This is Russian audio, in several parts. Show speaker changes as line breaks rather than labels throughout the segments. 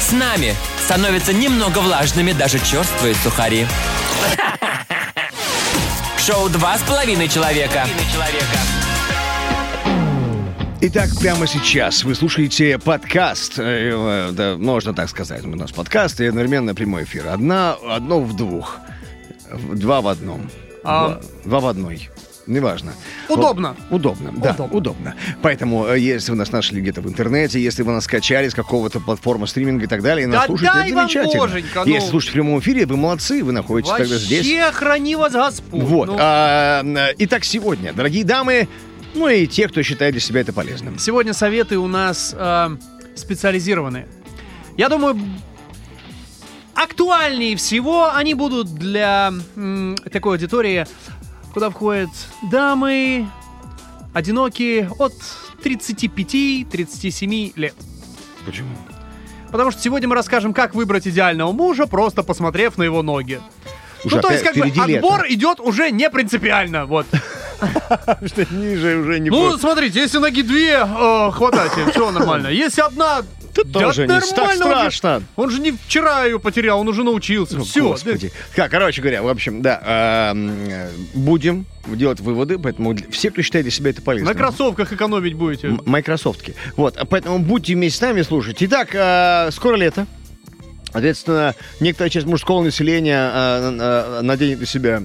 с нами становятся немного влажными даже черствые сухари. Шоу «Два с половиной человека».
Итак, прямо сейчас вы слушаете подкаст, э, э, да, можно так сказать, у нас подкаст и одновременно прямой эфир. Одна, одно в двух, В- два в одном,
А.
два, два в одной. Неважно.
Удобно.
Вот, удобно, да, удобно.
Удобно.
Поэтому, э, если вы нас нашли где-то в интернете, если вы нас скачали с какого-то платформы стриминга и так далее, и нас
Да
слушаете,
дай
это
вам
замечательно.
боженька, ну.
Если слушать в прямом эфире, вы молодцы, вы находитесь тогда здесь.
Вообще храни вас Господь.
Вот.
Ну,
а, э, итак, сегодня, дорогие дамы, ну и те, кто считает для себя это полезным.
Сегодня советы у нас э, специализированные. Я думаю, актуальнее всего они будут для м, такой аудитории, куда входят дамы, одинокие от 35-37 лет.
Почему?
Потому что сегодня мы расскажем, как выбрать идеального мужа, просто посмотрев на его ноги.
Уже
ну, то есть, как
опять
бы,
впереди лето.
отбор идет уже не принципиально, вот.
Что ниже уже не
Ну, смотрите, если ноги две, э, хватайте, все нормально. Если одна, то
тоже не так страшно. Ну,
Он же не вчера ее потерял, он уже научился. все.
Господи. Как, короче говоря, в общем, да, а, м, э, будем делать выводы, поэтому для- все, кто считает для себя это полезным.
На кроссовках экономить будете.
ну. М- Майкрософтки. Вот, а поэтому будьте вместе с нами слушать. Итак, а, скоро лето. Соответственно, некоторая часть мужского населения а, а, наденет на себя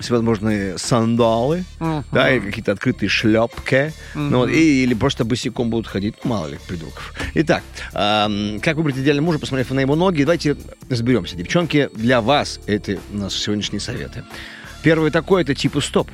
всевозможные сандалы,
Мгм.
да, или какие-то открытые шлепки, ну, вот, и- или просто босиком будут ходить, ну, мало ли придурков. Итак, ам, как выбрать идеального мужа, посмотрев на его ноги, давайте разберемся. Девчонки, для вас это у нас сегодняшние советы. Первое такое, это типа стоп.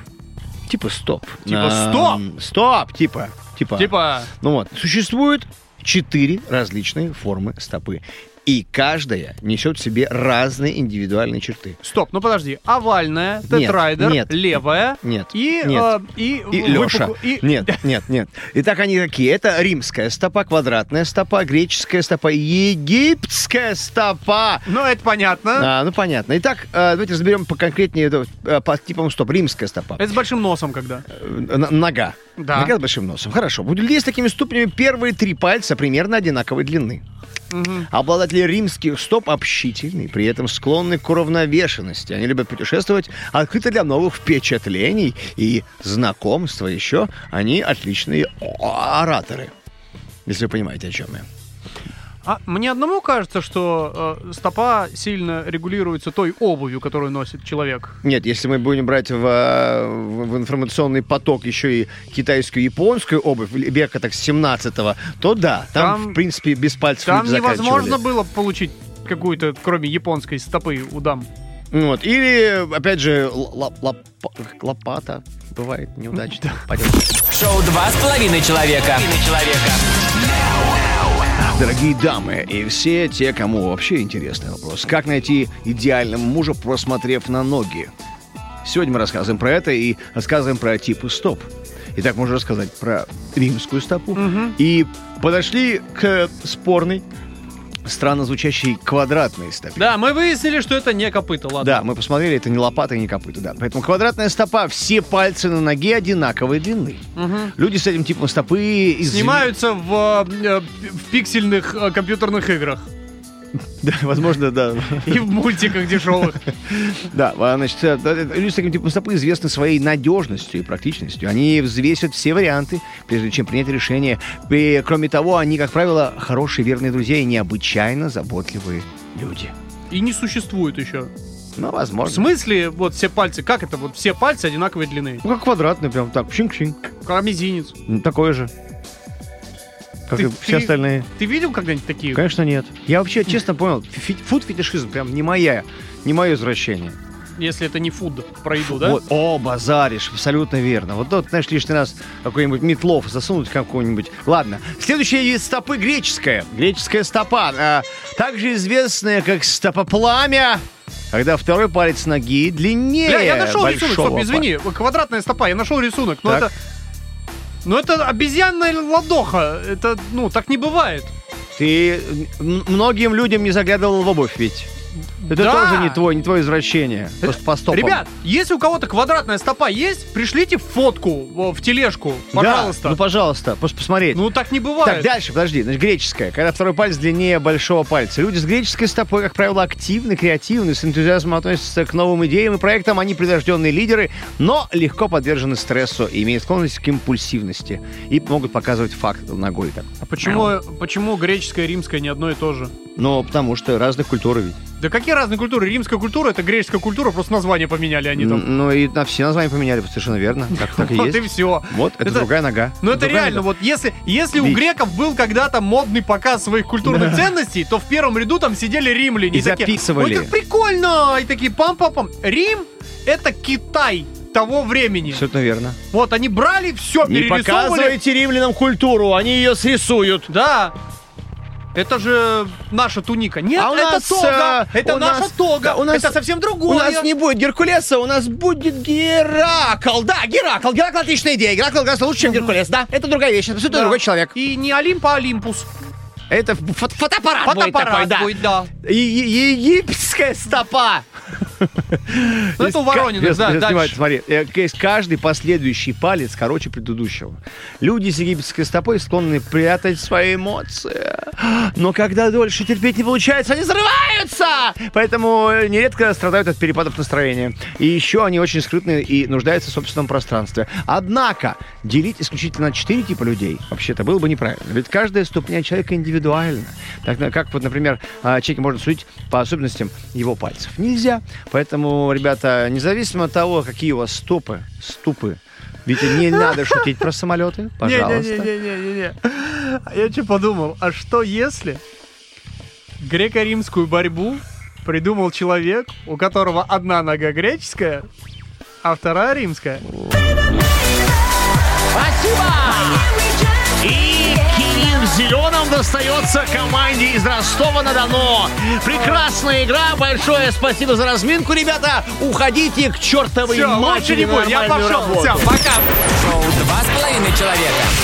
Типа стоп.
Типа
Ам, Стоп, типа. Типа.
Типа,
Ну вот, существует четыре различные формы стопы. И каждая несет в себе разные индивидуальные черты.
стоп, ну подожди, овальная, тетрайдер,
нет.
левая
Нет,
и...
нет.
э, и
И
выпук-
Леша.
и-
Нет, нет, нет. Итак, они такие. Это римская стопа, квадратная стопа, греческая стопа, египетская стопа.
Ну, это понятно.
А, ну, понятно. Итак, э, давайте разберем поконкретнее это, э, по типам стоп. Римская стопа.
Это с большим носом когда.
Э, н- Нога.
Э, Да.
Нога с большим носом. Хорошо. У людей с такими ступнями первые три пальца примерно одинаковой длины.
Мгм.
Обладатели римских стоп общительны, при этом склонны к уравновешенности. Они любят путешествовать, открыты для новых впечатлений и знакомства. Еще они отличные ораторы. Если вы понимаете, о чем я.
А мне одному кажется, что э, стопа сильно регулируется той обувью, которую носит человек.
Нет, если мы будем брать в, э, в- в информационный поток еще и китайскую и японскую обувь века так 17 то да, там,
Там-
в принципе без пальцев
Там
люди заканчивали.
невозможно было получить какую-то, кроме японской стопы у дам.
Вот. Или, опять же, л- лап- лап- лопата бывает неудачно. Пойдём.
Шоу «Два с половиной человека».
Дорогие дамы и все те, кому вообще интересный вопрос. Как найти идеального мужа, просмотрев на ноги? Сегодня мы рассказываем про это и рассказываем про типы стоп. Итак, можно рассказать про римскую стопу. И подошли к спорной, странно звучащей квадратной стопе.
Да, мы выяснили, что это не копыта, ладно.
Да, мы посмотрели, это не лопата и не копыта, да. Поэтому квадратная стопа, все пальцы на ноге одинаковой длины. Люди с этим типом стопы... из-
Снимаются в, э, в пиксельных э, компьютерных играх
Да, возможно, да.
и в мультиках дешевых.
Да, а, значит, э, да, э, люди с таким типом стопы известны своей надежностью и практичностью. Они взвесят все варианты, прежде чем принять решение. И, кроме того, они, как правило, хорошие, верные друзья и необычайно заботливые люди.
И не существует еще.
Ну,
В
возможно.
смысле, вот все пальцы, как это, вот все пальцы одинаковой длины.
Ну, как квадратный, прям так, пщинг-пщинг.
Как мизинец.
Ну, Такое же. Как
Ты-
и все
ты-
остальные.
Ты видел когда-нибудь такие?
Конечно, нет. Я вообще честно понял, фи- фуд-фетишизм прям не моя, не мое извращение.
Если это не фуд про еду, Ну да?
Вот, о, базаришь, абсолютно верно. Вот тут, знаешь, лишний раз какой-нибудь метлов засунуть какой-нибудь. Ладно, следующая из стопы греческая. Греческая стопа, а, также известная как стопопламя, когда второй палец ноги длиннее
Бля, я нашел
Э, большого
рисунок, стоп,
пальца.
извини. Квадратная стопа, я нашел рисунок. Но
Так.
это... Ну это обезьянная ладоха. Это, ну, так не бывает.
Ты м, многим людям не заглядывал в обувь ведь. Это
Да.
тоже не твой, не твое извращение. Просто по стопам.
Ребят, если у кого-то квадратная стопа есть, пришлите фотку о, в тележку,
Да,
пожалуйста.
ну, пожалуйста, просто посмотреть.
ну, так не
так,
бывает.
дальше, подожди. Значит, греческая. Когда второй палец длиннее большого пальца. Люди с греческой стопой, как правило, активны, креативны, с энтузиазмом относятся к новым идеям и проектам. Они прирожденные лидеры, но легко подвержены стрессу и имеют склонность к импульсивности. И могут показывать факт ногой. Так.
А почему, почему греческая и римская не одно и то же?
Но потому что разных культур ведь.
Да какие разные культуры? Римская культура это греческая культура, просто название поменяли они там.
Н- Ну и на все названия поменяли, совершенно верно. Так, так и
Вот и
есть.
все.
Вот, это,
Это-
другая нога.
Ну это
Другая
реально,
нога.
вот если, если у
Бич.
греков был когда-то модный показ своих культурных ценностей, то в первом ряду там сидели римляне.
И
такие,
записывали.
Ой, как прикольно! И такие пам-пам-пам. Рим — это Китай того времени.
Абсолютно верно.
Вот, они брали, все
Не
перерисовывали.
показывайте римлянам культуру, они ее срисуют.
Да. Это же наша туника. Нет,
А у
это
нас,
тога.
э,
Это
у
наша
нас-
тога.
да, у нас-
это совсем другое.
У нас не будет Геркулеса, у нас будет Геракл. Да, Геракл. Геракл отличная идея. Геракл гораздо лучше, чем Геркулес. Да, это другая вещь. Это абсолютно
Да.
другой человек.
И не Олимп, а Олимпус.
Это ф-
Фот- фотоаппарат, будет
Фотоаппарат
такой, да.
будет, да.
Е- е- египетская стопа.
Ну, это у Воронина,
Сейчас-
да,
сейчас снимают,
дальше.
Смотри, э, есть каждый последующий палец короче предыдущего. Люди с египетской стопой склонны прятать свои эмоции. Но когда дольше терпеть не получается, они взрываются! Поэтому э, нередко страдают от перепадов настроения. И еще они очень скрытны и нуждаются в собственном пространстве. Однако, делить исключительно на четыре типа людей, вообще-то, было бы неправильно. Ведь каждая ступня человека индивидуальна. Так на- как вот, например, а, человека можно судить по особенностям его пальцев. Нельзя. Поэтому, ребята, независимо от того, какие у вас стопы, ступы, ведь не надо шутить про самолеты, пожалуйста.
Не-не-не-не-не-не. Я что подумал, а что если греко-римскую борьбу придумал человек, у которого одна нога греческая, а вторая римская?
И Кирилл в зеленом достается команде из Ростова-на-Дону. Прекрасная игра. Большое спасибо за разминку, ребята. Уходите к чертовой
Все,
матери
лучше не будет, я пошел. Все, пока.
Шоу «Два с половиной человека».